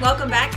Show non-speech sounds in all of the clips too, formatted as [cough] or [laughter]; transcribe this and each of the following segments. welcome back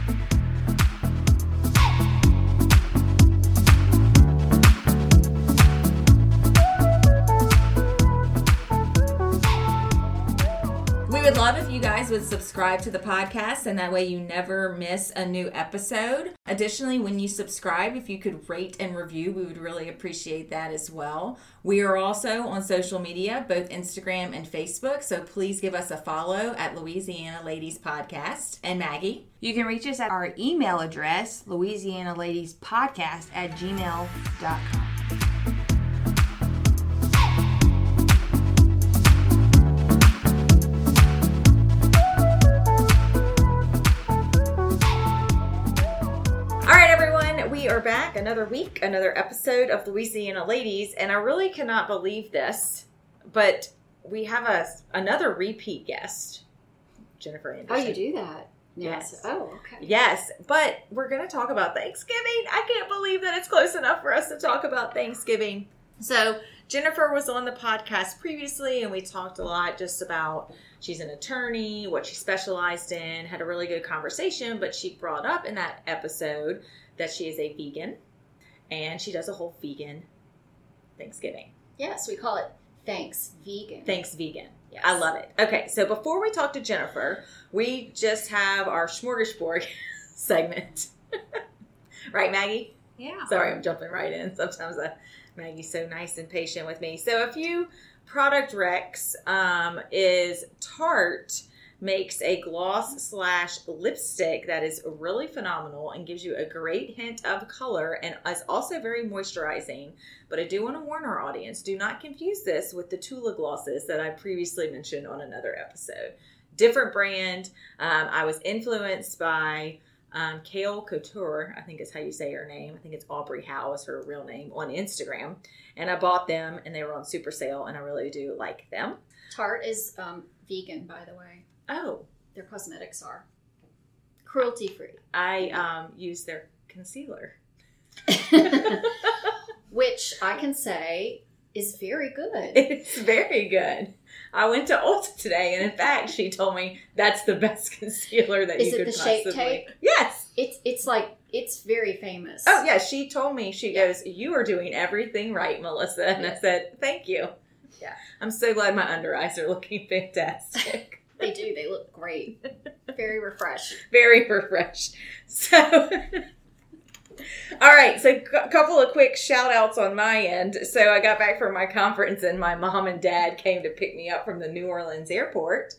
We would love if you guys would subscribe to the podcast, and that way you never miss a new episode. Additionally, when you subscribe, if you could rate and review, we would really appreciate that as well. We are also on social media, both Instagram and Facebook, so please give us a follow at Louisiana Ladies Podcast. And Maggie, You can reach us at our email address, Louisiana Ladies Podcast at gmail.com. All right, everyone, we are back another week, another episode of Louisiana Ladies, and I really cannot believe this, but we have a another repeat guest, Jennifer Oh, Anderson. you do that? Yes. Oh, okay. Yes, but we're going to talk about Thanksgiving. I can't believe that it's close enough for us to talk about Thanksgiving. So, Jennifer was on the podcast previously, and we talked a lot just about she's an attorney, what she specialized in, had a really good conversation. But she brought up in that episode that she is a vegan and she does a whole vegan Thanksgiving. Yes, we call it thanks vegan. Thanks, vegan. Yes. I love it. Okay, so before we talk to Jennifer, we just have our smorgasbord [laughs] segment. [laughs] right, Maggie? Yeah. Sorry, I'm jumping right in. Sometimes I, Maggie's so nice and patient with me. So, a few product recs um, is Tarte makes a gloss slash lipstick that is really phenomenal and gives you a great hint of color and is also very moisturizing. But I do want to warn our audience do not confuse this with the Tula glosses that I previously mentioned on another episode. Different brand. Um, I was influenced by um, Kale Couture, I think is how you say her name. I think it's Aubrey Howe is her real name on Instagram. And I bought them and they were on super sale and I really do like them. Tarte is um, vegan, by the way. Oh, Their cosmetics are cruelty free, I um, use their concealer. [laughs] [laughs] which I can say is very good. It's very good. I went to Ulta today and in fact she told me that's the best [laughs] concealer that Is you it could the possibly. Shape Tape? Yes. It's it's like it's very famous. Oh yeah, she told me she Yeah. goes, "You are doing everything right, Melissa," and I Yeah. said, "Thank you." Yeah. I'm so glad my under eyes are looking [laughs] fantastic. they do. They look great. Very refreshing. [laughs] very refreshed. So, [laughs] all right. So, a couple of quick shout outs on my end. So, I got back from my conference, and my mom and dad came to pick me up from the New Orleans airport.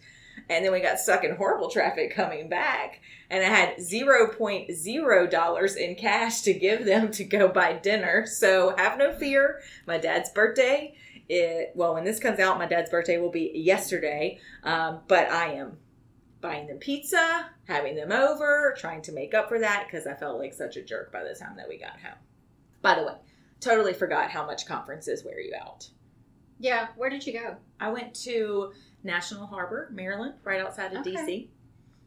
And then we got stuck in horrible traffic coming back. And I had $0.0 in cash to give them to go buy dinner. So, have no fear. My dad's birthday. It, well, when this comes out, my dad's birthday will be yesterday. Um, but I am buying them pizza, having them over, trying to make up for that because I felt like such a jerk by the time that we got home. By the way, totally forgot how much conferences wear you out. Yeah. Where did you go? I went to National Harbor, Maryland, right outside of Okay. DC.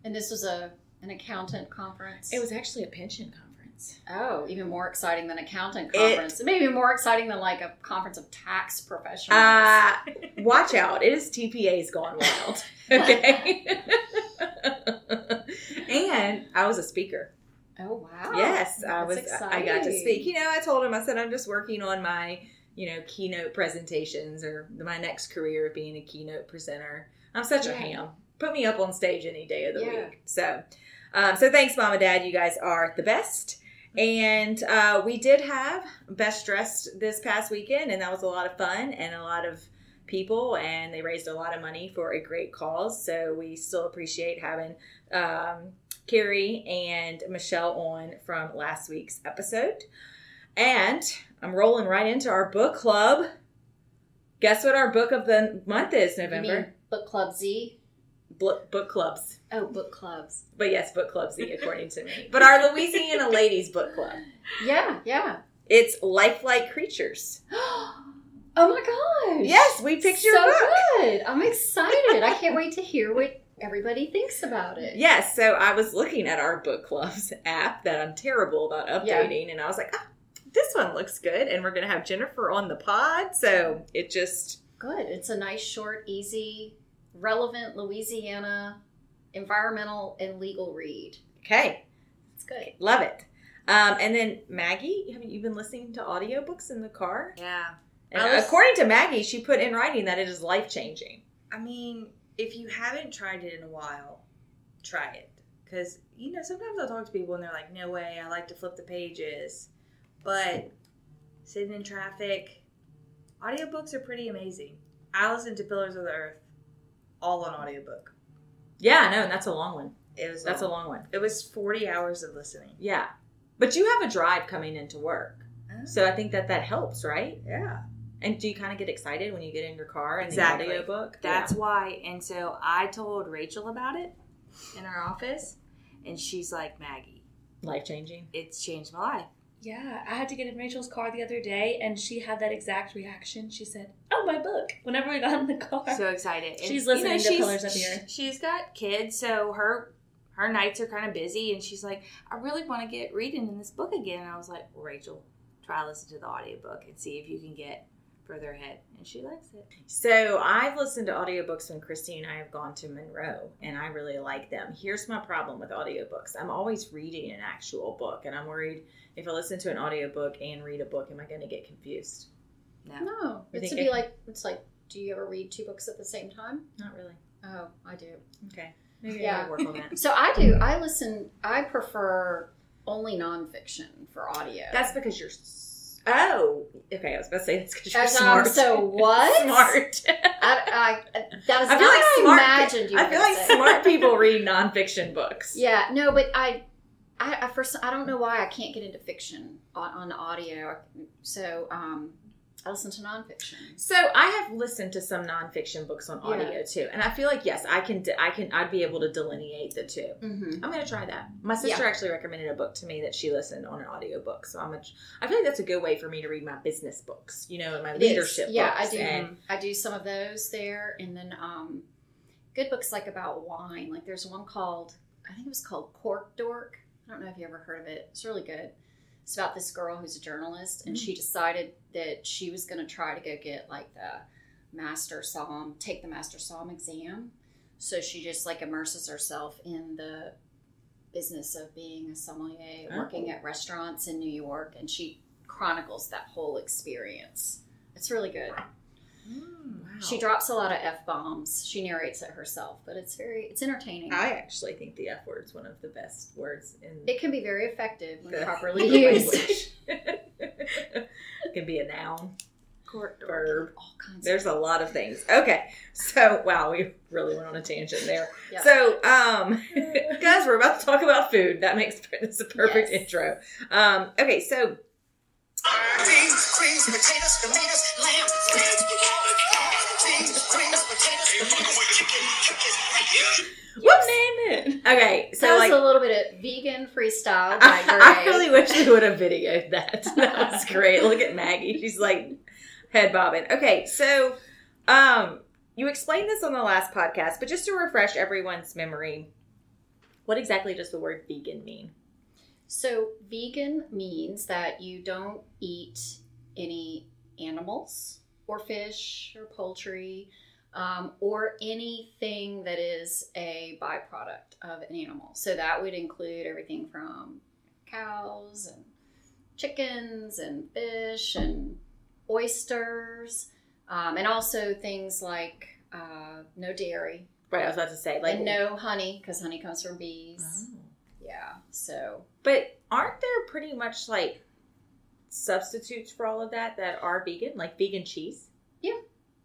And this was a an accountant conference. It was actually a pension conference. oh, even more exciting than accountant It- conference. Maybe more exciting than like a conference of tax professionals. Uh, watch out. It is TPA's gone [laughs] wild. Okay. [laughs] and I was a speaker. oh wow. yes, I was. that's I got to exciting. speak. You know, I told him. I said I'm just working on my, you know, keynote presentations or my next career of being a keynote presenter. I'm such a Yeah. ham. Put me up on stage any day of the Yeah. week. So, um, so thanks, mom and dad. You guys are the best. And uh, we did have best dressed this past weekend, and that was a lot of fun and a lot of people, and they raised a lot of money for a great cause. So we still appreciate having um, Carrie and Michelle on from last week's episode. And I'm rolling right into our book club. Guess what our book of the month is, You mean November? book club Z. Bl- book clubs. Oh, book clubs. But yes, book clubs, according to [laughs] me. But our Louisiana Ladies Book Club. Yeah, yeah. It's Lifelike Creatures. [gasps] oh my gosh. Yes, we picked your so book. good. I'm excited. I can't wait to hear what everybody thinks about it. Yes, [laughs] so I was looking at our book clubs app that I'm terrible about updating, and I was like, ah, this one looks good. And we're going to have Jennifer on the pod. So it just, Good. It's a nice, short, easy, relevant Louisiana environmental and legal read. okay. It's good. Love it. Um, and then Maggie, haven't you been listening to audiobooks in the car? Yeah. And I was- according to Maggie, she put in writing that it is life changing. I mean, if you haven't tried it in a while, try it. Because, you know, sometimes I'll talk to people and they're like, no way, I like to flip the pages. But sitting in traffic, audiobooks are pretty amazing. I listened to Pillars of the Earth all on audiobook. Yeah, no, and that's a long one. It was That's a long. long one. It was 40 hours of listening. Yeah. But you have a drive coming into work. Oh. So I think that that helps, right? yeah. And do you kind of get excited when you get in your car and Exactly. the audiobook? That's why. And so I told Rachel about it in our office, and she's like, Maggie, life changing. it's changed my life. Yeah, I had to get in Rachel's car the other day, and she had that exact reaction. She said, "Oh, my book!" Whenever we got in the car, so excited. She's listening to Pillars of the Earth. sh- She's got kids, so her her nights are kind of busy, and she's like, I really want to get reading in this book again. And I was like, well, Rachel, try to listen to the audiobook and see if you can get further ahead. And she likes it. So I've listened to audiobooks when Christy and I have gone to Monroe, and I really like them. Here's my problem with audiobooks I'm always reading an actual book, and I'm worried if I listen to an audiobook and read a book, am I going to get confused? No, No, You it's to think be it- like it's like. Do you ever read two books at the same time? Not really. Oh, I do. Okay. Maybe I Yeah. need to work on [laughs] that. So I Mm. do. I listen. I prefer only nonfiction for audio. That's because you're. s- Oh, okay. I was about to say that's because you're As I'm smart. [laughs] so what? smart. I, I, that is I I feel not like I smart- imagined you. I feel would like say. smart people read nonfiction books. Yeah, no, but I, I, I first, I don't know why I can't get into fiction on, on audio. So um, I listen to nonfiction. So I have listened to some nonfiction books on Yeah. audio too, and I feel like yes, I can, I can, I'd be able to delineate the two. Mm-hmm. I'm gonna try that. My sister actually recommended a book to me that she listened on an audiobook, so I'm a, I feel like that's a good way for me to read my business books, you know, and my leadership. Yeah, I books. do. And I do some of those there, and then um, good books like about wine. Like there's one called, I think it was called Cork Dork. I don't know if you ever heard of it. It's really good. It's about this girl who's a journalist, and she Mm. decided that she was going to try to go get like the master psalm, take the master psalm exam. So she just like immerses herself in the business of being a sommelier, Oh. working at restaurants in New York, and she chronicles that whole experience. It's really good. "Hmm, wow. She drops a lot of f bombs. She narrates it herself, but it's very it's entertaining. I actually think the F word's one of the best words in it can be very effective when [laughs] the properly used. [laughs] language. it can be a noun, court verb. All kinds. There's a lot of things. Okay. So, wow, we really went on a tangent there. Yeah. So, [laughs] um, guys, we're about to talk about food. That makes [laughs] this a perfect Yes. intro. Um, okay. So, Beans, creams, potatoes, tomatoes, lamb, lamb, beans, creams, potatoes, tomatoes, chicken, chicken, chicken. whoops. name it. Okay. of, So, that [laughs] was like, a little bit of vegan freestyle [laughs] by I, I Gray. really wish we would have videoed [laughs] that. That was great. Look at Maggie. She's like head bobbing. Okay. So, um, you explained this on the last podcast, but just to refresh everyone's memory, what exactly does the word vegan mean? So vegan means that you don't eat any animals or fish or poultry um, or anything that is a byproduct of an animal. So that would include everything from cows and chickens and fish and oysters um, and also things like uh, no dairy Right. I was about to say, like, and no honey because honey comes from bees. Oh. Yeah, so. But aren't there pretty much like substitutes for all of that that are vegan, like vegan cheese?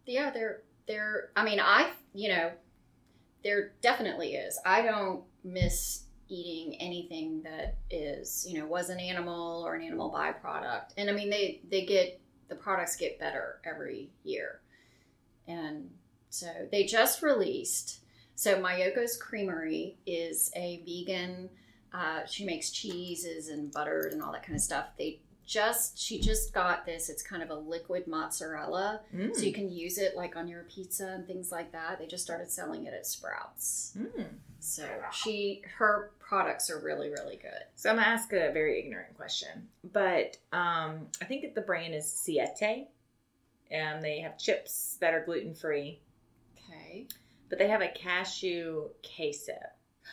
yeah there there i mean i you know there definitely is i don't miss eating anything that is you know was an animal or an animal byproduct and i mean they they get the products get better every year and so they just released so mayoko's creamery is a vegan uh, she makes cheeses and buttered and all that kind of stuff they just she just got this it's kind of a liquid mozzarella Mm. so you can use it like on your pizza and things like that. They just started selling it at Sprouts. Mm. So she her products are really really good. So I'm gonna ask a very ignorant question, but um, I think that the brand is Siete, and they have chips that are gluten free, Okay. but they have a cashew queso.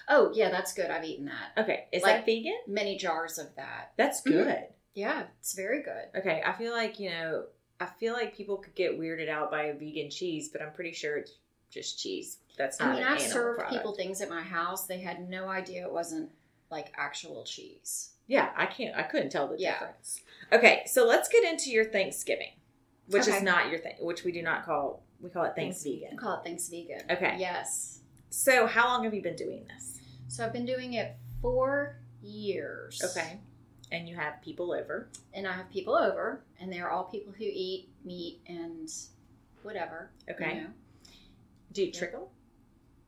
Oh yeah, that's good. I've eaten that. Okay, is Like- that vegan? Mm-hmm. Many jars of that. That's Mhm. good. Yeah, it's very good. Okay, I feel like you know, I feel like people could get weirded out by a vegan cheese, but I'm pretty sure it's just cheese. That's not I mean, an I've animal served product. people things at my house. They had no idea it wasn't like actual cheese. Yeah, I can't. I couldn't tell the Yeah. difference. Okay, so let's get into your Thanksgiving, which Okay. is not your thing, which we do not call. We call it Thanks I Vegan. call it Thanks Vegan. Okay. Yes. So, how long have you been doing this? So I've been doing it four years. Okay, and you have people over. And I have people over, and they're all people who eat meat and whatever. you Okay, know. do you trick them?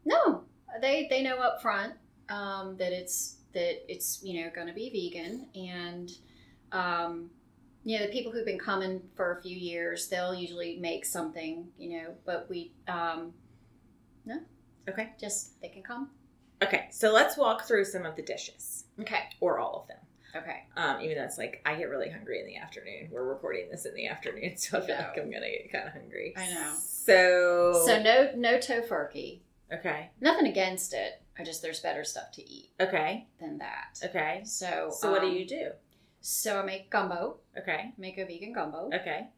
No, they they know up front um, that it's that it's you know going to be vegan, and um, you know the people who've been coming for a few years, they'll usually make something, you know. But we, um, no, Okay. just they can come. Okay, so let's walk through some of the dishes Okay, or all of them. okay, Um, even though it's like I get really hungry in the afternoon. We're recording this in the afternoon, [laughs] so I feel Yeah. like I'm gonna get kind of hungry. I know. So, so no no tofurkey, okay, nothing against it. I just there's better stuff to eat okay, than that. okay. So So, what do um, you do? So I make gumbo, Okay, make a vegan gumbo. okay.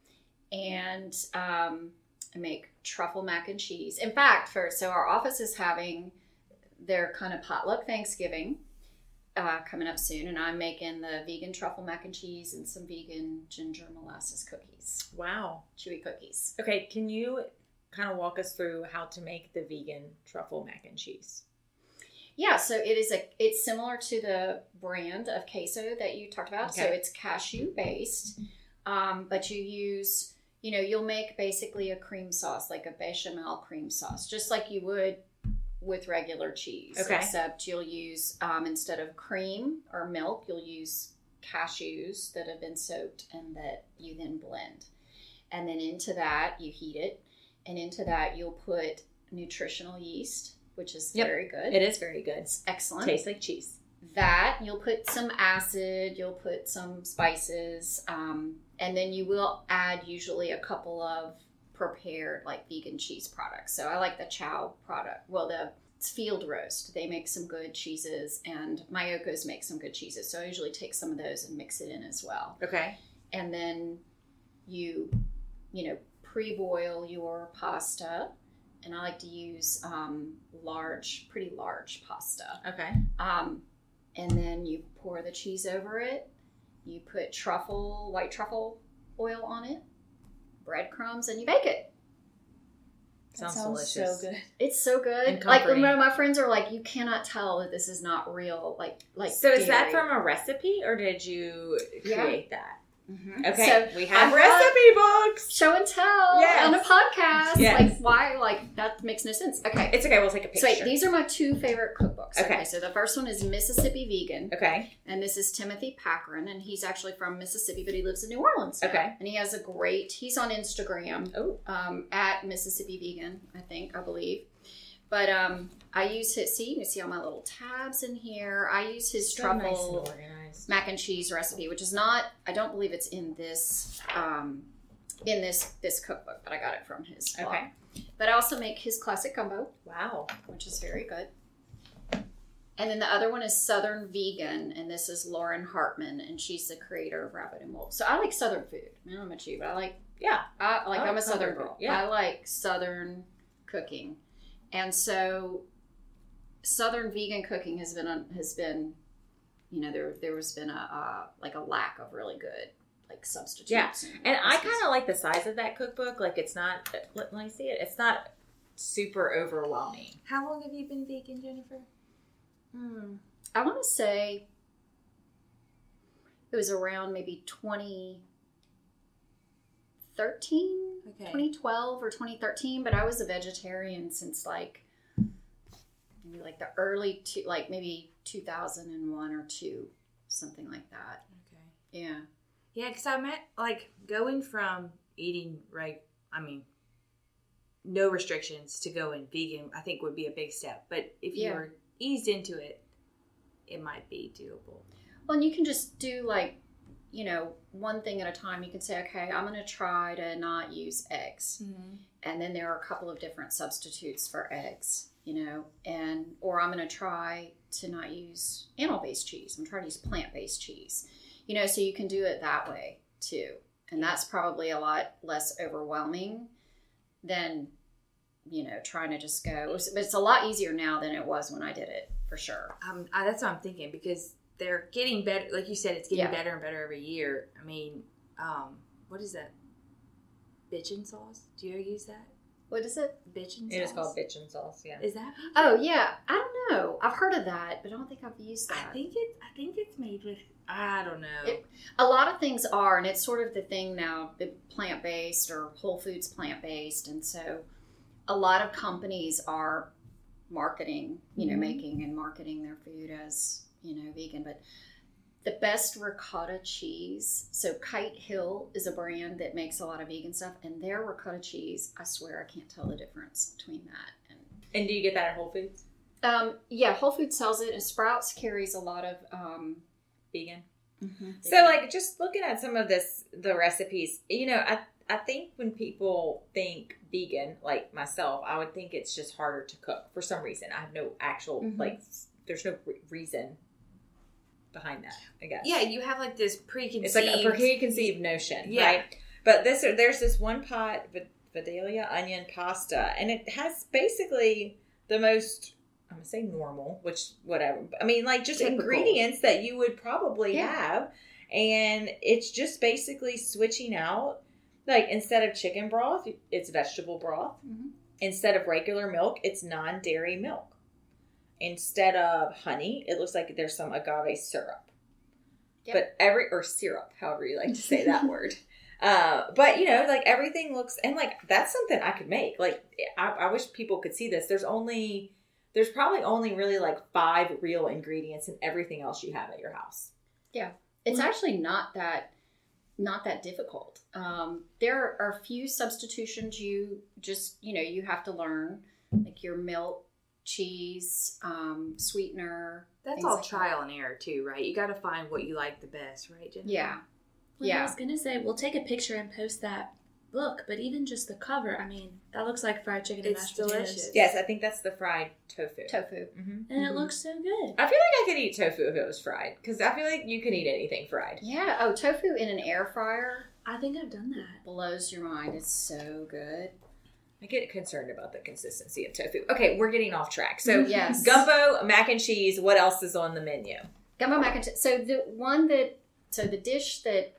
and um, I make truffle mac and cheese. In fact, for so our office is having their kind of potluck Thanksgiving uh, coming up soon, and I'm making the vegan truffle mac and cheese and some vegan ginger molasses cookies, Wow. chewy cookies. Okay, can you kind of walk us through how to make the vegan truffle mac and cheese? Yeah, so it is a it's similar to the brand of queso that you talked about. So Okay. it's cashew based, um, but you use you know you'll make basically a cream sauce like a bechamel cream sauce, just like you would with regular cheese. Okay. Except you'll use um, instead of cream or milk, you'll use cashews that have been soaked and that you then blend, and then into that you heat it, and into that you'll put nutritional yeast, which is Yep. very good. It is very good. It's excellent. Tastes like cheese. That you'll put some acid, you'll put some spices, um, and then you will add usually a couple of prepared like vegan cheese products. So I like the Chow product. Well, the it's Field Roast. They make some good cheeses, and Myoko's make some good cheeses. So I usually take some of those and mix it in as well. Okay. And then you, you know, pre-boil your pasta. And I like to use um, large, pretty large pasta. Okay. Um, and then you pour the cheese over it. You put truffle, white truffle oil on it, breadcrumbs, and you bake it. Sounds, sounds delicious. so good. It's so And good. Like comforting. you know, my friends are like, you cannot tell that this is not real. Like like. so is that dairy." from a recipe or did you Yeah. create Mhm. that? Okay. So we have I recipe books. show and tell Yes. on a podcast. Yes. Like why? Like that makes no sense. Okay. It's okay, we'll take a So picture. wait, these are my two favorite cookbooks. Okay. okay so the first one is Mississippi Vegan. okay. and this is Timothy Packerin, and he's actually from Mississippi, but he lives in New Orleans. now. Okay. and he has a great. He's on Instagram Oh. um, at Mississippi Vegan, I think, I believe. But um, I use his. See, you can see all my little tabs in here. I use his So nice and truffle organized. mac and cheese recipe, which is not. I don't believe it's in this. Um, in this this cookbook, but I got it from his. blog. Okay. But I also make his classic gumbo Wow. which is very good. And then the other one is Southern Vegan, and this is Lauren Hartman, and she's the creator of Rabbit and Wolf. So I like Southern food. I don't know about you, but I like Yeah. I like I I'm a like Southern Southern food, girl. yeah. I like Southern cooking, and so Southern vegan cooking has been on, has been, you know, there there was been a uh, like a lack of really good like substitutes. Yeah. And I recipes. kind of like the size of that cookbook. Like it's not let, let me see it. It's not super overwhelming. How long have you been vegan, Jennifer? Hmm. I want to say it was around maybe 2013, Okay. 2012 or 2013, but I was a vegetarian since like maybe like the early two, like maybe 2001 or 2, something like that. Okay. Yeah. Yeah, because I meant like going from eating right. I mean, no restrictions to going vegan. I think would be a big step. But if you Yeah. were eased into it, it might be doable. Well, and you can just do like, you know, one thing at a time. You can say, okay, I'm going to try to not use eggs, and then there are a couple of different substitutes for eggs, you know, and or I'm going to try to not use animal-based cheese. I'm trying to use plant-based cheese, you know. So you can do it that way too, and that's probably a lot less overwhelming than, you know, trying to just go. But it's a lot easier now than it was when I did it for sure. Um, I, that's what I'm thinking because they're getting better. Like you said, it's getting Yeah. better and better every year. I mean, um, what is that? Bitchin' sauce? Do you ever use that? What is it? Bitchin' sauce? It is called bitchin' sauce, yeah. Is that? bitchin'? Oh yeah, I don't know. I've heard of that, but I don't think I've used I that. think it's. I think it's made with. I don't know. It- a lot of things are, and it's sort of the thing now, plant based or Whole Foods plant based, and so a lot of companies are marketing, you know, Mhm. making and marketing their food as you know vegan, but. The best ricotta cheese. So Kite Hill is a brand that makes a lot of vegan stuff, and their ricotta cheese. I swear I can't tell the difference between that and And do you get that at Whole Foods? Um, yeah, Whole Foods sells it, and Sprouts carries a lot of. Um, Vegan? So, they- like, just looking at some of this, the recipes, you know, I I think when people think vegan, like myself, I would think it's just harder to cook for some reason. I have no actual Mhm. like, s- there's no re- reason behind that. I guess. yeah, you have like this preconceived. it's like a preconceived notion, Yeah. right? But this there's this one pot vi- Vidalia onion pasta, and it has basically the most I'm gonna say normal, which whatever. I mean, like just Typical. ingredients that you would probably Yeah. have, and it's just basically switching out. Like instead of chicken broth, it's vegetable broth. Mhm. Instead of regular milk, it's non-dairy milk. Instead of honey, it looks like there's some agave syrup Yep. but every or syrup, however you like to say [laughs] that word. Uh, but you know, like everything looks and like that's something I could make. Like I, I wish people could see this. There's only there's probably only really like five real ingredients in everything else you have at your house. it's actually not that not that difficult. Um, there are a few substitutions you just you know you have to learn, like your milk, cheese, um, sweetener. That's things all like that. trial and error too, right? You got to find what you like the best, right? Jennifer? Yeah, Well, Yeah. I was gonna say we'll take a picture and post that book, but even just the cover, I mean, that looks like fried chicken and It's mashed potatoes. delicious. Yes, I think that's the fried tofu. tofu. hmm and Mhm. it looks so good. I feel like I could eat tofu if it was fried because I feel like you can eat anything fried. Yeah. Oh, tofu in an air fryer I think I've done that. blows your mind. It's so good. I get concerned about the consistency of tofu. Okay, we're getting off track. So [laughs] Yes. gumbo, mac and cheese. What else is on the menu? Gumbo mac and cheese. So the one that, so the dish that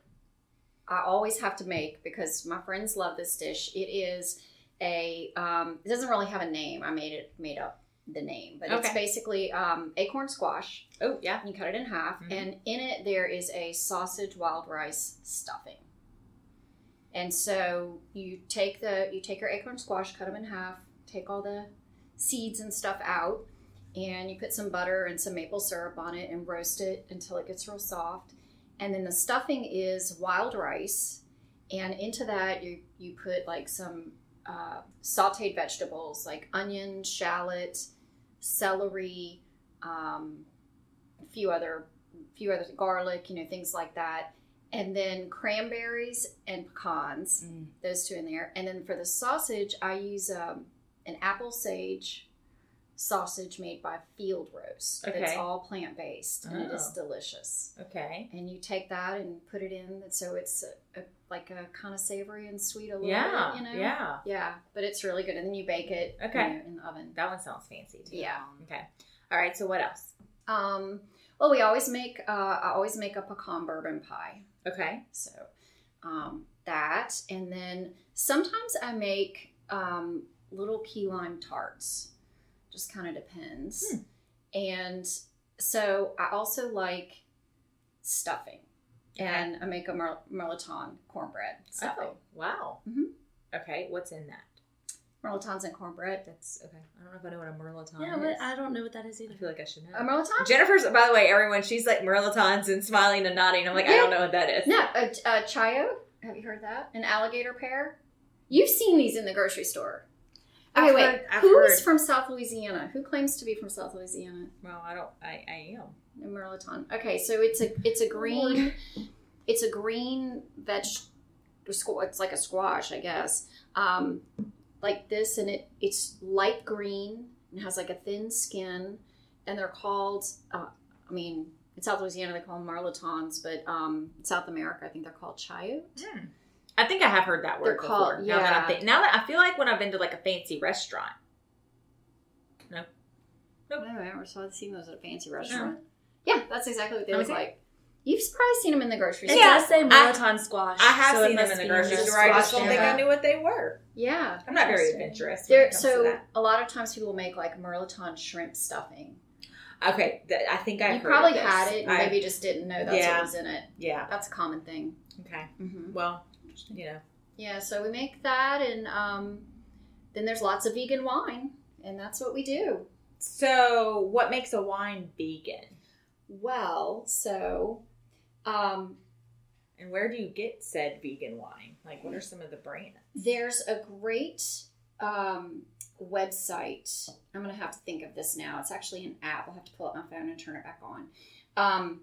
I always have to make because my friends love this dish. It is a. Um, it doesn't really have a name. I made it made up the name, but it's Okay. basically um, acorn squash. Oh yeah, You cut it in half, Mhm. and in it there is a sausage wild rice stuffing. And so you take the you take your acorn squash, cut them in half, take all the seeds and stuff out, and you put some butter and some maple syrup on it and roast it until it gets real soft. And then the stuffing is wild rice, and into that you you put like some uh, sautéed vegetables like onion, shallot, celery, um, a few other few other garlic, you know, things like that. And then cranberries and pecans Mm. those two in there. And then for the sausage, I use um, an apple sage sausage made by Field Roast. It's Okay. all plant based and it is Oh. delicious. okay. And you take that and put it in, and so it's a, a, like a kind of savory and sweet a little Yeah, bit, you know? yeah. Yeah, but it's really good. And then you bake it you Okay. know, in the oven. That one sounds fancy too. Yeah. Okay. All right. So what else? Um, well, we always make, uh, I always make a pecan bourbon pie. Okay. So um, that, and then sometimes I make um, little key lime tarts. Just kind of depends. Hmm. And so I also like stuffing, Okay. and I make a mer- merliton cornbread stuffing. Oh wow. Mhm. Okay. What's in that? Merlotons and cornbread. That's okay. I don't know if I know what a merloton yeah, is. but I don't know what that is either. I feel like I should know. A merliton? Jennifer's, by the way, everyone, she's like merlotons and smiling and nodding. I'm like, I Yeah. don't know what that is. No, a, a chayo. Have you heard that? An alligator pear. You've seen these in the grocery store. Okay, I've wait. heard- I've Who's heard. from South Louisiana? Who claims to be from South Louisiana? Well, I don't. I, I am. Merloton. Okay, so it's a it's a green, it's a green veg. squ- It's like a squash, I guess. Um, like this, and it it's light green and has like a thin skin, and they're called. Uh, I mean, in South Louisiana they call them marlotons, but um, in South America I think they're called chayote. I think I have heard that word They're called- before. Now that I yeah. think, now that I feel like when I've been to like a fancy restaurant. No, I never saw seen those at a fancy restaurant. Yeah, that's exactly what they Let me look see. like. You've probably seen them in the grocery It store. Yeah, does say I- Molotov squash. I have so it seen them must in the be grocery just store. I just squash don't think I era. knew what they were. Yeah. I'm not very Interesting. adventurous. When it There, comes to so that. a lot of times people will make like merloton shrimp stuffing. okay, th- I think I you probably had it, and maybe just didn't know that's Yeah. Mm-hmm. what was in it. yeah. That's a common thing. Okay. hmm Well, you know. Yeah, so we make that, and um, then there's lots of vegan wine, and that's what we do. So, what makes a wine vegan, Well, so um, and where do you get said vegan wine? Like, what are some of the brands? There's a great um, website. I'm going to have to think of this now. It's actually an app. I'll have to pull up my phone and turn it back on. Um,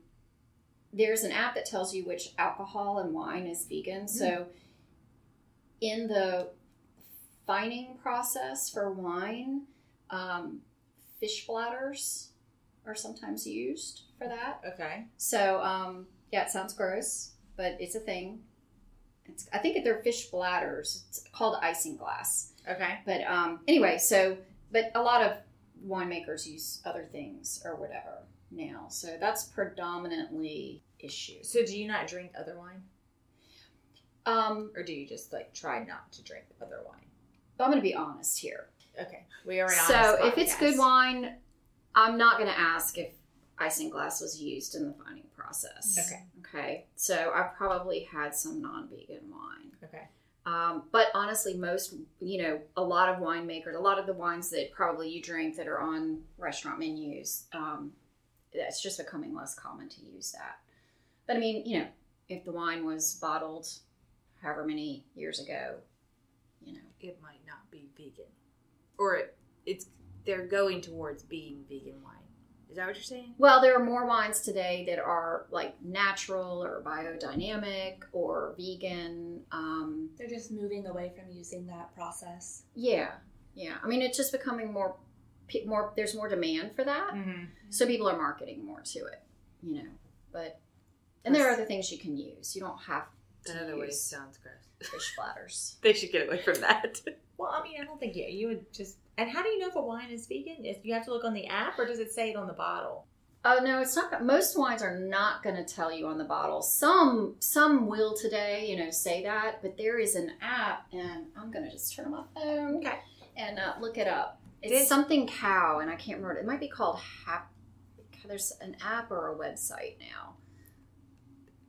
there's an app that tells you which alcohol and wine is vegan. So, in the fining process for wine, um, fish bladders are sometimes used for that. Okay. So, um, yeah, it sounds gross, but it's a thing. It's, I think they're fish bladders. It's called icing glass. Okay. But um, anyway, so, but a lot of winemakers use other things or whatever now. So that's predominantly issues. So, do you not drink other wine, Um, or do you just like try not to drink other wine? but I'm going to be honest here. Okay, we are an So honest if it's podcast. good wine, I'm not going to ask if icing glass was used in the fining process. Okay. Okay. So I've probably had some non-vegan wine. Okay. Um, but honestly, most, you know, a lot of winemakers, a lot of the wines that probably you drink that are on restaurant menus, um, it's just becoming less common to use that. But I mean, you know, if the wine was bottled however many years ago, you know, It might not be vegan, or it, it's they're going towards being vegan wine. Is that what you're saying? Well, there are more wines today that are like natural or biodynamic or vegan. Um, They're just moving away from using that process. yeah, yeah. I mean, it's just becoming more, pe- more. There's more demand for that, Mm-hmm. Mhm. so people are marketing more to it. You know, but and there are other things you can use. You don't have to That other way use sounds gross. fish bladders. They should get away from [laughs] that. Well, I mean, I don't think you you would just. And how do you know if a wine is vegan? If you have to look on the app, or does it say it on the bottle? Oh no, it's not. Most wines are not going to tell you on the bottle. Some some will today, you know, say that, but there is an app, and I'm going to just turn on my phone, Okay. and uh, look it up. It's Did- something cow, and I can't remember. It might be called Hap. There's an app or a website now.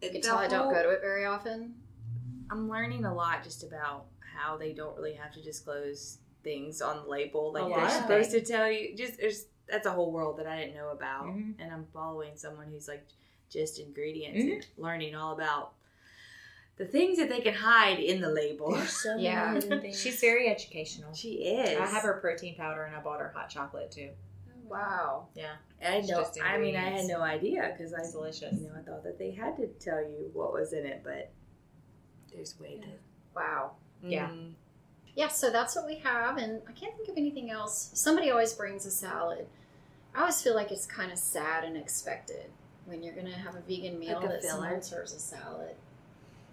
You can The tell I don't whole- go to it very often. I'm learning a lot just about how they don't really have to disclose things on the label. Like A they're lot. supposed to tell you. Just there's that's a whole world that I didn't know about, Mm-hmm. Mhm. and I'm following someone who's like just ingredients and Mm-hmm. learning all about the things that they can hide in the label. [laughs] There's so Yeah. many hidden [laughs] things. She's very educational. She is. I have her protein powder, and I bought her hot chocolate too. Wow. Yeah, I It's know. just I mean, I ingredients. had no idea because I it's delicious. you know I thought that they had to tell you what was in it, but there's way to Wow. Yeah. Mm. Yeah, so that's what we have, and I can't think of anything else. Somebody always brings a salad. I always feel like it's kind of sad and expected when you're gonna have a vegan meal Like a that someone filler. serves a salad.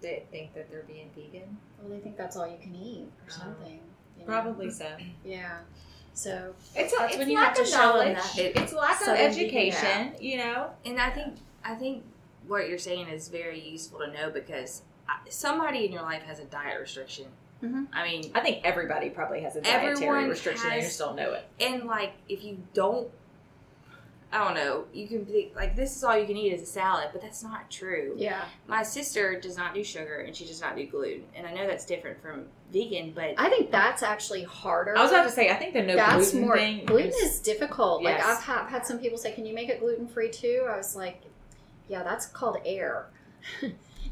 They think that they're being vegan. Well, they think that's all you can eat or Oh. something. you know? Probably so. Yeah. So It's, a, That's it's when you lack have of to show 'em knowledge. that it- it's lack of suddenly- education. You know. And I think I think what you're saying is very useful to know because I- somebody in your life has a diet restriction. Mm-hmm. Mhm. I mean, I think everybody probably has a dietary Everyone restriction. and has- you just don't know it. and like if you don't, I don't know. You can think like this is all you can eat is a salad, but that's not true. yeah, My sister does not do sugar and she does not do gluten, and I know that's different from vegan, but I think that's actually harder. I was about to say, I think the no that's gluten more thing. gluten is difficult. Like Yes. I've ha- had some people say, "Can you make it gluten free too?" I was like, "Yeah, that's called air." [laughs]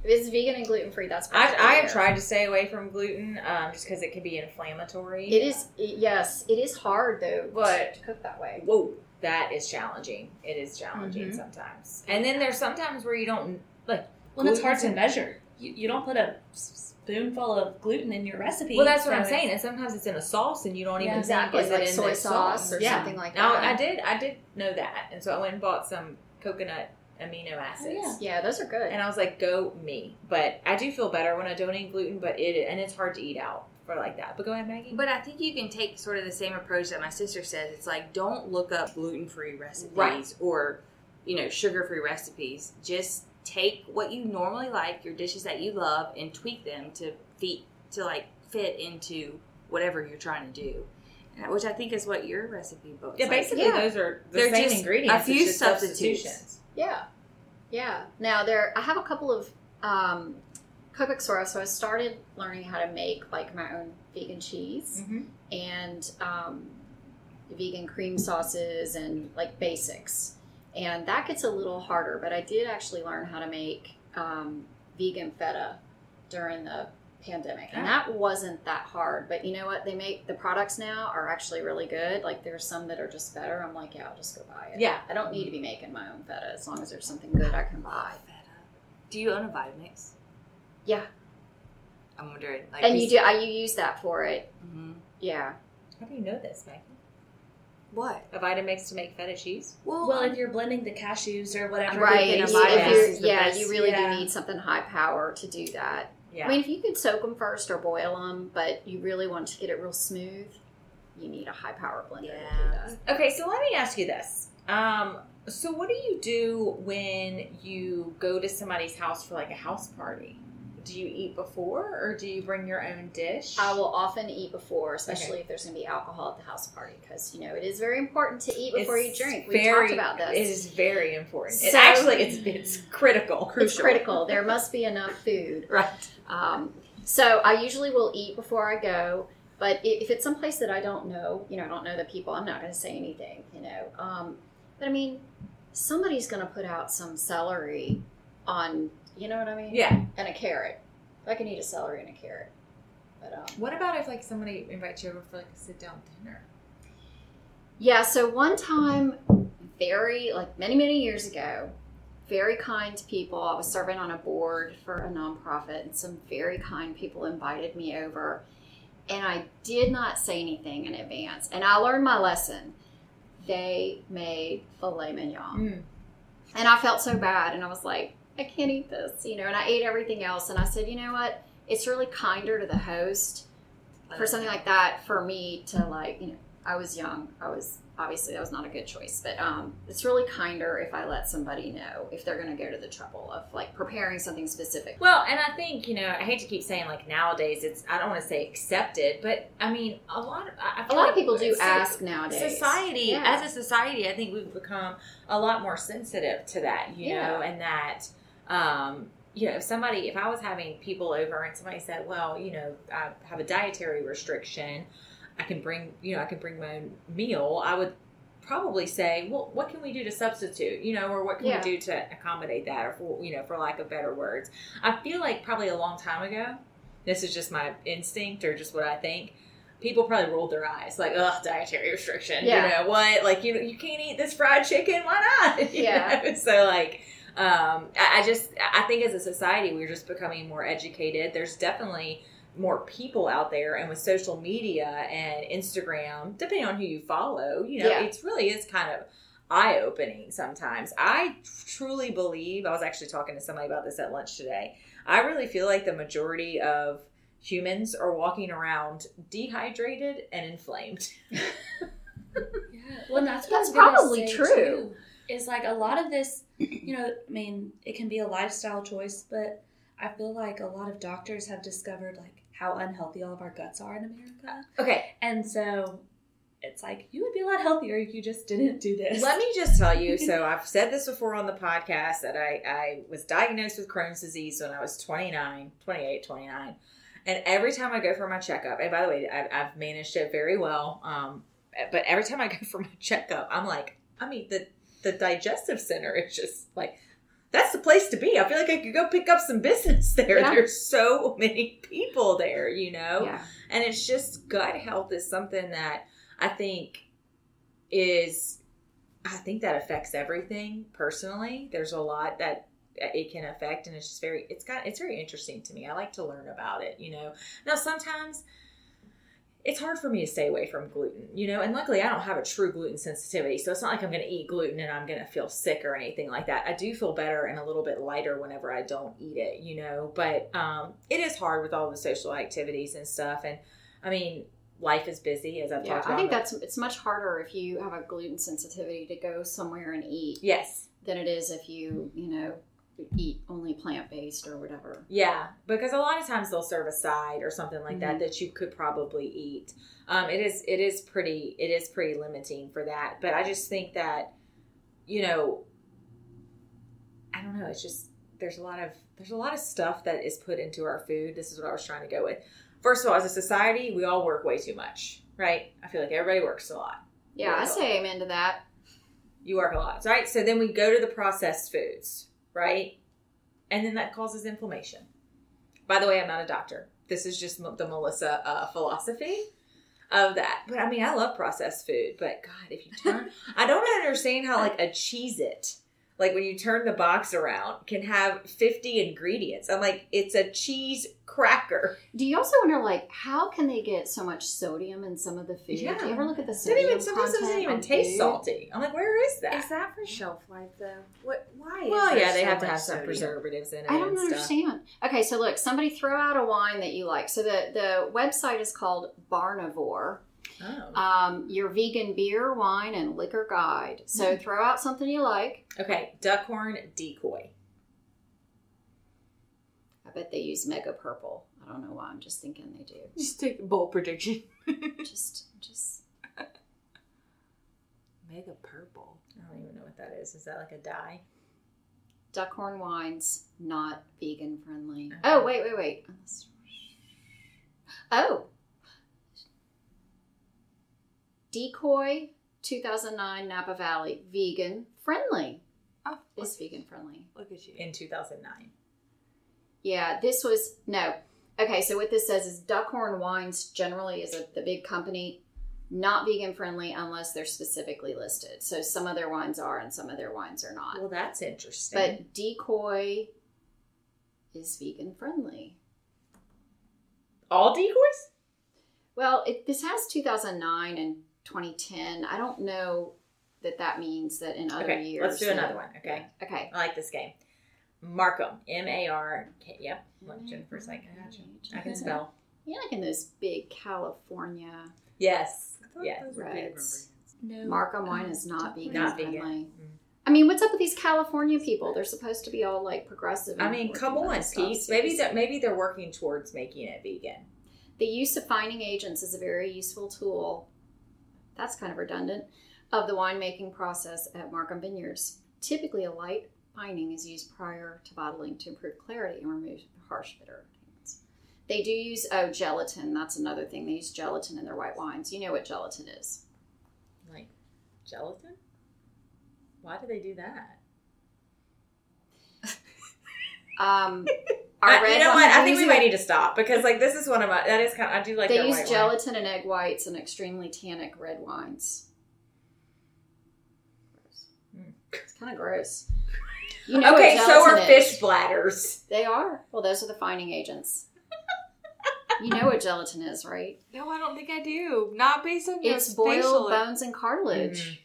If it's vegan and gluten free, that's I, perfectly I have fair. tried to stay away from gluten um, just because it can be inflammatory. It is it- yes, it is hard though. But- to cook that way. Whoa, that is challenging. It is challenging Mhm. sometimes. And then there's sometimes where you don't like. Well, it's hard to gluten's- measure. You, you don't put a s- spoonful of gluten in your recipe. Well, that's what so I'm it's- saying. And sometimes it's in a sauce, and you don't even Yeah. Exactly, think is it like in soy the sauce or Yeah. something like Now that. I did, I did know that, and so I went and bought some coconut amino acids. yeah. Oh, Yeah, those are good. And I was like, go me. But I do feel better when I don't eat gluten, but it and it's hard to eat out for like that. But go ahead, Maggie. But I think you can take sort of the same approach that my sister says. It's like don't look up gluten free recipes Right. or, you know, sugar free recipes. Just take what you normally like, your dishes that you love, and tweak them to fit to like fit into whatever you're trying to do. And- Which I think is what your recipe book. yeah, basically yeah. those are the They're same just ingredients. a it's few just substitutes. Yeah, yeah. Now there, I have a couple of um, cookbook source. So I started learning how to make like my own vegan cheese Mhm. and um, vegan cream sauces and like basics. And that gets a little harder, but I did actually learn how to make um, vegan feta during the pandemic, and Ah. that wasn't that hard. But you know what? They make the products now are actually really good. Like there's some that are just better. I'm like, yeah, I'll just go buy it. Yeah. I don't need to be making my own feta as long as there's something good I can buy. Do you own a Vitamix? Yeah, I'm wondering. Like, and you do. I, you use that for it. hmm Yeah. How do you know this, Maggie? What? A Vitamix to make feta cheese? Well, if you're blending the cashews or whatever, Right. you in you- a can If body use, mass you're, is the yeah, best. you really Yeah. do need something high power to do that. Yeah. I mean, if you could soak them first or boil them, but you really want to get it real smooth, you need a high power blender to do Yeah. that. Okay, so let me ask you this. Um, so what do you do when you go to somebody's house for like a house party? Do you eat before or do you bring your own dish? I will often eat before, especially if there's going to be alcohol at the house party, because you know it is very important to eat before It's you drink. We very- talked about this. It is very important. It So- actually it's it's critical. It's critical. There must be enough food. [laughs] Right. Um, so I usually will eat before I go, but i- if it's someplace that I don't know, you know, I don't know the people, I'm not going to say anything, you know. Um, but I mean, somebody's going to put out some celery on, you know what I mean? Yeah. And a carrot. I can eat a celery and a carrot. But um, What about if like somebody invites you over for like a sit down dinner? Yeah, so one time, very, like many, many years ago, very kind people. I was serving on a board for a nonprofit, and some very kind people invited me over. And I did not say anything in advance. And I learned my lesson. They made filet mignon. Mm. And I felt so bad. And I was like, I can't eat this, you know. And I ate everything else. And I said, you know what? It's really kinder to the host for something like that for me to like you know i was young i was obviously that was not a good choice but um, it's really kinder if i let somebody know if they're going to go to the trouble of like preparing something specific Well, and I think you know, I hate to keep saying like nowadays it's I don't want to say accepted, but I mean a lot of I I a feel lot like of people do so- ask nowadays Society Yeah. as a society, I think we've become a lot more sensitive to that, you know, Yeah. and that um, you know, if somebody if I was having people over and somebody said, Well, you know, I have a dietary restriction, I can bring you know, I can bring my own meal, I would probably say, Well, what can we do to substitute? You know, or what can Yeah. we do to accommodate that or for you know, for lack of better words. I feel like probably a long time ago, this is just my instinct or just what I think. People probably rolled their eyes, like, "Ugh, dietary restriction." Yeah. You know what? Like, you know, you can't eat this fried chicken. Why not? [laughs] You Yeah. know? So, like, um, I, I just I think as a society, we're just becoming more educated. There's definitely more people out there, and with social media and Instagram, depending on who you follow, you know, Yeah. it's really is kind of eye opening sometimes. I truly believe, I was actually talking to somebody about this at lunch today. I really feel like the majority of humans are walking around dehydrated and inflamed. Yeah. Well, and that's what That's I was gonna probably say, true. too, is like a lot of this, you know, I mean, it can be a lifestyle choice, but I feel like a lot of doctors have discovered like how unhealthy all of our guts are in America. Okay, And so it's like you would be a lot healthier if you just didn't do this. let me just tell you. So I've said this before on the podcast that I, I was diagnosed with Crohn's disease when I was 29, 28, 29. And every time I go for my checkup, and by the way, I've, I've managed it very well. Um, but every [laughs] time I go for my checkup, I'm like, I mean, the the digestive center is just like, that's the place to be. I feel like I could go pick up some business [laughs] there. Yeah. There's so many people there, you know? Yeah. And it's just gut health is something that I think is, I think that affects everything personally. There's a lot that it can affect, and it's just very, it's got, it's very interesting to me. I like to learn about it, you know? Now, sometimes it's hard for me to stay away from gluten, you know, and luckily I don't have a true gluten sensitivity. So it's not like I'm going to eat gluten and I'm going to feel sick or anything like that. I do feel better and a little bit lighter whenever I don't eat it, you know, but um, it is hard with all the social activities and stuff. And I mean, life is busy, as I've Yeah, talked about. I think but- that's it's much harder if you have a gluten sensitivity to go somewhere and eat Yes. than it is if you, you know, eat only plant based or whatever. Yeah, because a lot of times they'll serve a side or something like that that you could probably eat. Um, it is it is pretty it is pretty limiting for that. But I just think that you know, I don't know. It's just there's a lot of there's a lot of stuff that is put into our food. This is what I was trying to go with. First of all, as a society, we all work way too much, right? I feel like everybody works a lot. Yeah, I say amen to that. You work a lot, right? So then we go to the processed foods, right? And then that causes inflammation. By the way, I'm not a doctor. This is just the Melissa uh, philosophy of that. But I mean, I love processed food. But God, if you turn, I don't understand how like a cheese it, like when you turn the box around, can have 50 ingredients. I'm like, it's a cheese cracker. Do you also wonder, like, how can they get so much sodium in some of the food? Yeah. Do you ever look at the It doesn't sodium? even sometimes it doesn't content even on taste food? salty. I'm like, where is that? Is that for shelf life though? What? Why? is well, there yeah, they so have to much have some sodium? preservatives in it. I don't and stuff. understand. Okay, so look, somebody throw out a wine that you like. So the the website is called Barnivore. Oh. Um, your vegan beer, wine, and liquor guide. So Hmm. throw out something you like. Okay, duckhorn decoy. I bet they use Mega Purple. I don't know why. I'm just thinking [laughs] they do. Just take a bold prediction. just, just Mega purple. I don't even know what that is. Is that like a dye? Duckhorn wines not vegan friendly. Okay. Oh wait, wait, wait. Oh, decoy 2009 Napa Valley vegan friendly Oh, is vegan friendly. look at you. In 2009. Yeah, this was no. Okay, so what this says is Duckhorn Wines generally is a, the big company, not vegan friendly unless they're specifically listed. So some of their wines are and some of their wines are Uh, not. Well, that's interesting. But Decoy is vegan friendly. But all decoys? Well, it, this has 2009 and 2010. I don't know that that means that in other Okay, years. let's do that- another one. Okay, Okay. I like this game. Markham, M A R K. Yep. Look, Oh Jennifer's like, I got you. I [laughs] can spell. You're like in those big California. Yes. I thought Yeah. those were Right. different brands. No. Markham wine is not vegan Not friendly. vegan. Mm. I mean, what's up with these California people? They're supposed to be all like progressive. I and mean, working come on, that stuff. Pete. Maybe that maybe they're working towards making it vegan. The use of finding agents is a very useful tool. That's kind of redundant of the winemaking process at Markham Vineyards. Typically, a light fining is used prior to bottling to improve clarity and remove harsh bitter. tannins. They do use oh gelatin. That's another thing. They use gelatin in their white wines. You know what gelatin is? Like gelatin? Why do they do that? [laughs] Um, I- our you red know wine- what? I they think use we white- might need to stop because like this is one of my that is kind of I do like they their use white wine. gelatin and egg whites and extremely tannic red wines. Mm. It's kind of gross. You know okay, what so are gelatin is. fish bladders. They are. Well, those are the finding agents. you know what gelatin [laughs] is, right? No, I don't think I do. Not based on your It's boiled facial. bones and cartilage.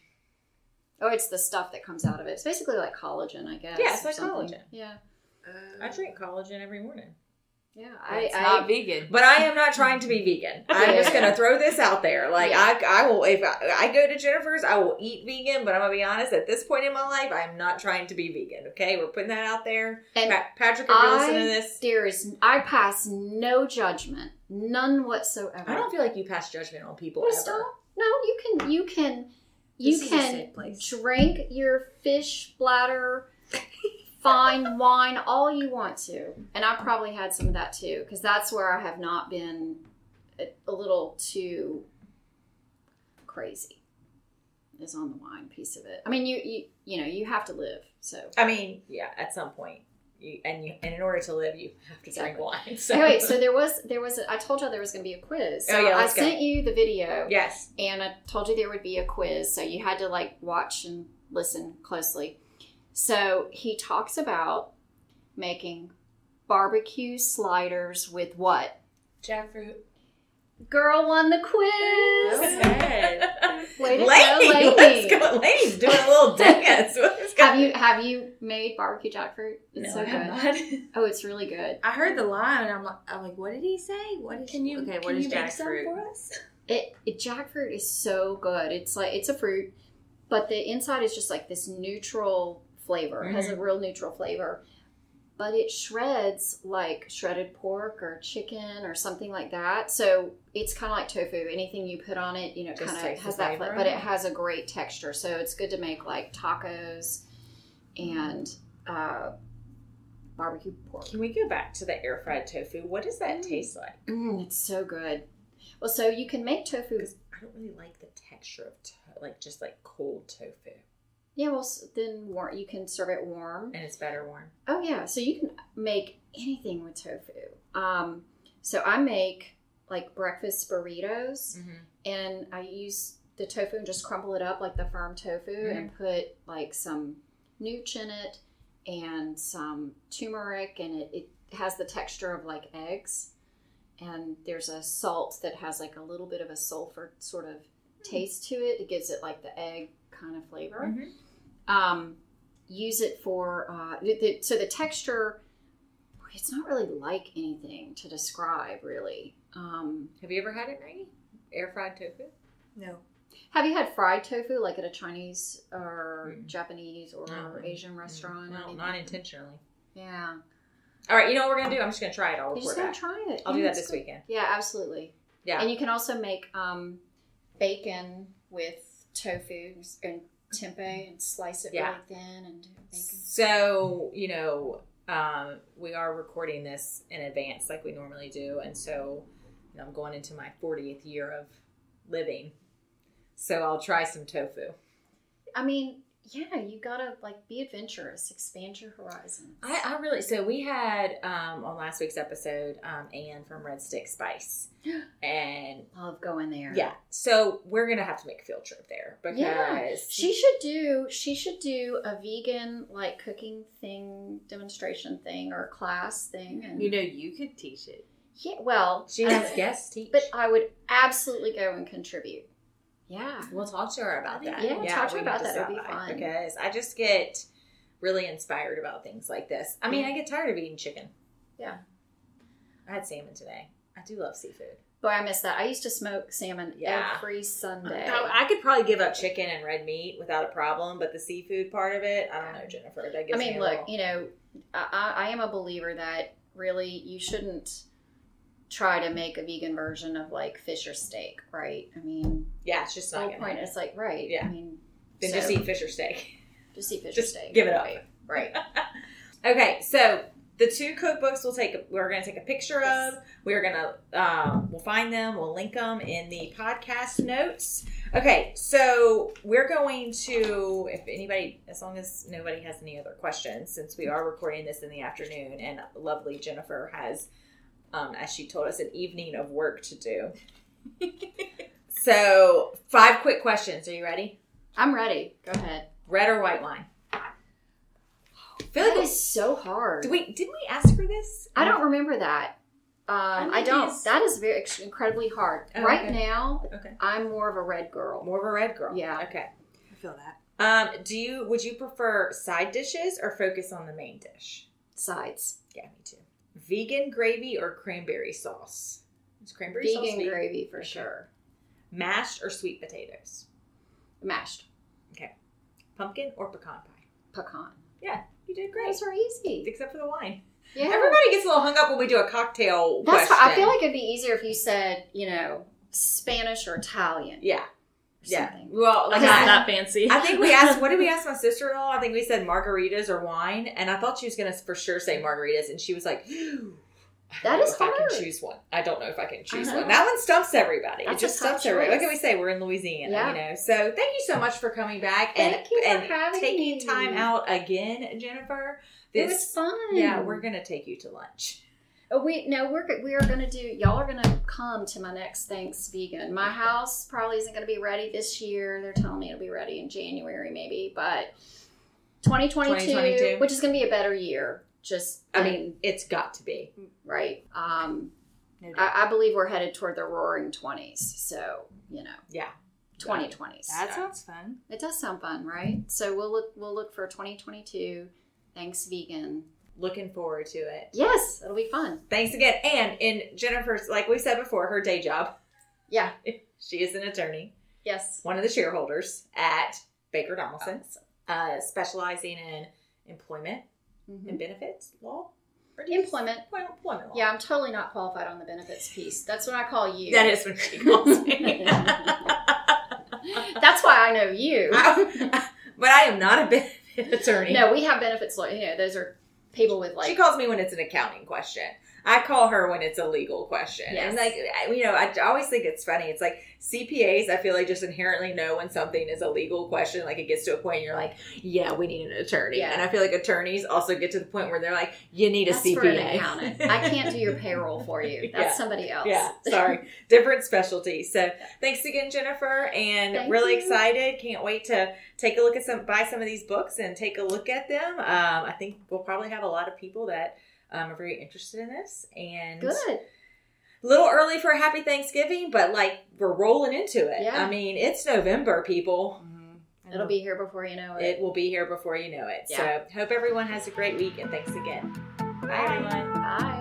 Oh, it's the stuff that comes out of it. It's basically like collagen, I guess. Hmm. Yeah, it's or like something. collagen. Yeah, Uh, I drink collagen every morning. yeah. I, It's I not vegan. But I am not trying to be [laughs] vegan. I'm just going to throw this out there. Like I, I will. If I, I go to Jennifer's, I will eat vegan. But I'm gonna be honest. At this point in my life, I'm not trying to be vegan. Okay, we're putting that out there. and Pa- Patrick, if you're I- listening to this, there is. I pass no judgment, none whatsoever. I don't feel like you pass judgment on people. Well, ever. stop. No, you can you can you This is a can safe place. drink your fish bladder fine wine all you want to. And I probably had some of that too cuz that's where I have not been a, a little too crazy. is on the wine piece of it. I mean, you you you know you have to live, so I mean, yeah, at some point, you, and you, and in order to live, you have to drink Exactly. wine. [laughs] So. anyway. So there was there was a, I told y'all there was going to be a quiz. So Oh, yeah, I let's go. sent you the video, yes, and I told you there would be a quiz, so you had to like watch and listen closely. So he talks about making barbecue sliders with what? Jackfruit. Girl won the quiz. Okay. Way Lady, to go, [laughs] let's lady. go. Lady's doing a [laughs] little dance. Let's go. Have you have you made barbecue jackfruit? It's No, so I good. have not. [laughs] Oh, it's really good. I heard the line. I'm like, I'm like, what did he say? What is Can you, Okay, can what is you make some jackfruit? for us? It, it jackfruit is so good. It's like it's a fruit, but the inside is just like this neutral flavor. It has Mm-hmm. a real neutral flavor, but it shreds like shredded pork or chicken or something like that. So it's kind of like tofu. Anything you put on it, you know, Just kind of takes the has that flavor, flavor but it out. has a great texture. So it's good to make like tacos and uh, barbecue pork. Can we go back to the air fried tofu? What does that taste like? Mm, it's so good. Well, so you can make tofu. Because I don't really like the texture of to- like just like cold tofu, Yeah, well, s- then war- you can serve it warm. and it's better warm. Oh yeah, so you can make anything with tofu. Um, so I make like breakfast burritos, and I use the tofu and just crumble it up like the firm tofu, and put like some nooch in it and some turmeric, and it, it has the texture of like eggs. And there's a salt that has like a little bit of a sulfur sort of taste to it. It gives it like the egg kind of flavor Mhm. um, use it for uh, the, the, so the texture it's not really like anything to describe really um, Have you ever had it, Maggie? Air fried tofu? No. have you had fried tofu like at a chinese or Mm-mm. japanese or Mm. No. asian restaurant or No, anything? Mm. not intentionally. yeah All right, you know what we're gonna do? I'm just gonna try it. I'll you just report gotta back. try it I'll Yeah, do that it's this good. weekend. yeah absolutely Yeah. and you can also make um, bacon with tofu and tempeh and slice it Yeah. really thin and do bacon So, you know, um, we are recording this in advance like we normally do. And so you know, I'm going into my 40th year of living. So I'll try some tofu. i mean yeah you gotta like be adventurous expand your horizons I, I really, so we had um, on last week's episode, um, Anne from Red Stick [gasps] Spice. And love going there. yeah, so we're going to have to make a field trip there because Yeah. She should do she should do a vegan like cooking thing demonstration thing or class thing and You know, you could teach it. yeah, well she [laughs] I- has guest teach. but I would absolutely go and contribute. Yeah. We'll talk to her about that. Yeah, talk to her we about need that. It'd stop be by fun. Because I just get really inspired about things like this. I mean, I get tired of eating chicken. Yeah. I had salmon today. I do love seafood. Boy, I miss that. I used to smoke salmon Yeah. Oh, every Sunday. I, I could probably give up chicken and red meat without a problem, but the seafood part of it, I don't know, Jennifer. That I gives mean, me a look, little- you know, I, I I am a believer that really you shouldn't try to make a vegan version of like fish or steak, right? I mean, yeah, it's just the not whole gonna point happen. is like, right? Yeah. I mean, Then so- just eat fish or steak. [laughs] Just eat fish Just or steak. give it up. Right. [laughs] right. Okay, so the two cookbooks we'll take we're going to take a picture Yes. of. We're going to um, we'll find them. We'll link them in the podcast notes. Okay, so we're going to if anybody, as long as nobody has any other questions, since we are recording this in the afternoon, and lovely Jennifer has, um, as she told us, an evening of work to [laughs] do. so five quick questions. Are you ready? I'm ready. Go ahead. Red or white wine? I feel like That is so hard. did we didn't we ask for this? I don't remember that. Um, think I don't. it's- That is very ex- incredibly hard. Oh, right okay. now, Okay. I'm more of a red girl. More of a red girl. Yeah. Okay. I feel that. Um, do you would you prefer side dishes or focus on the main dish? Sides. Yeah, me too. Vegan gravy or cranberry sauce? Is cranberry sauce Vegan gravy for Okay. sure. Mashed or sweet potatoes? Mashed Pumpkin or pecan pie? pecan. Yeah, you did great. Those were easy. Except for the wine. Yeah. Everybody gets a little hung up when we do a cocktail That's. question. Why, I feel like it'd be easier if you said, you know, Spanish or Italian. yeah, Or yeah. Something. Well, like Because I, I'm not fancy. I think we asked. What did we ask my sister in law? I think we said margaritas or wine, and I thought she was gonna for sure say margaritas, and she was like, That don't is know if I hard. can choose one. I don't know if I can choose know. one. That one stumps everybody. That's it just a tough stumps everybody. What choice. can we say? We're in Louisiana, Yeah. you know. So thank you so much for coming back and, Thank you for and having taking me. time out again, Jennifer. It was This fun. yeah, we're gonna take you to lunch. Oh, we no, we're go- we are gonna do. Y'all are gonna come to my next Thanks Vegan. My house probably isn't gonna be ready this year. They're telling me it'll be ready in January, maybe, but 2022, 2022. which is gonna be a better year. Just I, I mean, mean, it's got to be. right? Um, No doubt. I, I believe we're headed toward the roaring twenties. So you know, Yeah. 2020s. that sounds fun. It does sound fun, right? So we'll look we'll look for 2022 Thanks Vegan. Looking forward to it. Yes, it'll be fun. Thanks again. And in Jennifer's like we said before, her day job. Yeah. [laughs] She is an attorney, Yes. one of the shareholders at Baker Donaldson, uh, specializing in employment Mhm. and benefits law. Or do you- Employment. Well, employment law. Yeah, I'm totally not qualified on the benefits piece. That's what I call you. [laughs] That is what she calls me. That's why I know you. I- but I am not a benefit attorney. No, we have benefits lawyers. You know, those are people with she like. calls me when it's an accounting question. I call her when it's a legal question. And Yes. like I- you know, I always think it's funny. It's like CPAs. I feel like just inherently know when something is a legal question. Like it gets to a point, and you're like, yeah, we need an attorney. Yeah. And I feel like attorneys also get to the point where they're like, you need a that's CPA. for an [laughs] accountant. I can't do your payroll for you. That's Yeah. somebody else. [laughs] Yeah, sorry. Different specialty. So thanks again, Jennifer, and Thank really you. excited. Can't wait to take a look at some, buy some of these books and take a look at them. Um, I think we'll probably have a lot of people that um, are very interested in this. And Good. a little early for a happy Thanksgiving, but like we're rolling into it. Yeah. I mean, it's November, people. Mm-hmm. It'll be here before you know It will be here before you know it. So hope everyone has a great week, and thanks again. Bye, everyone. Bye.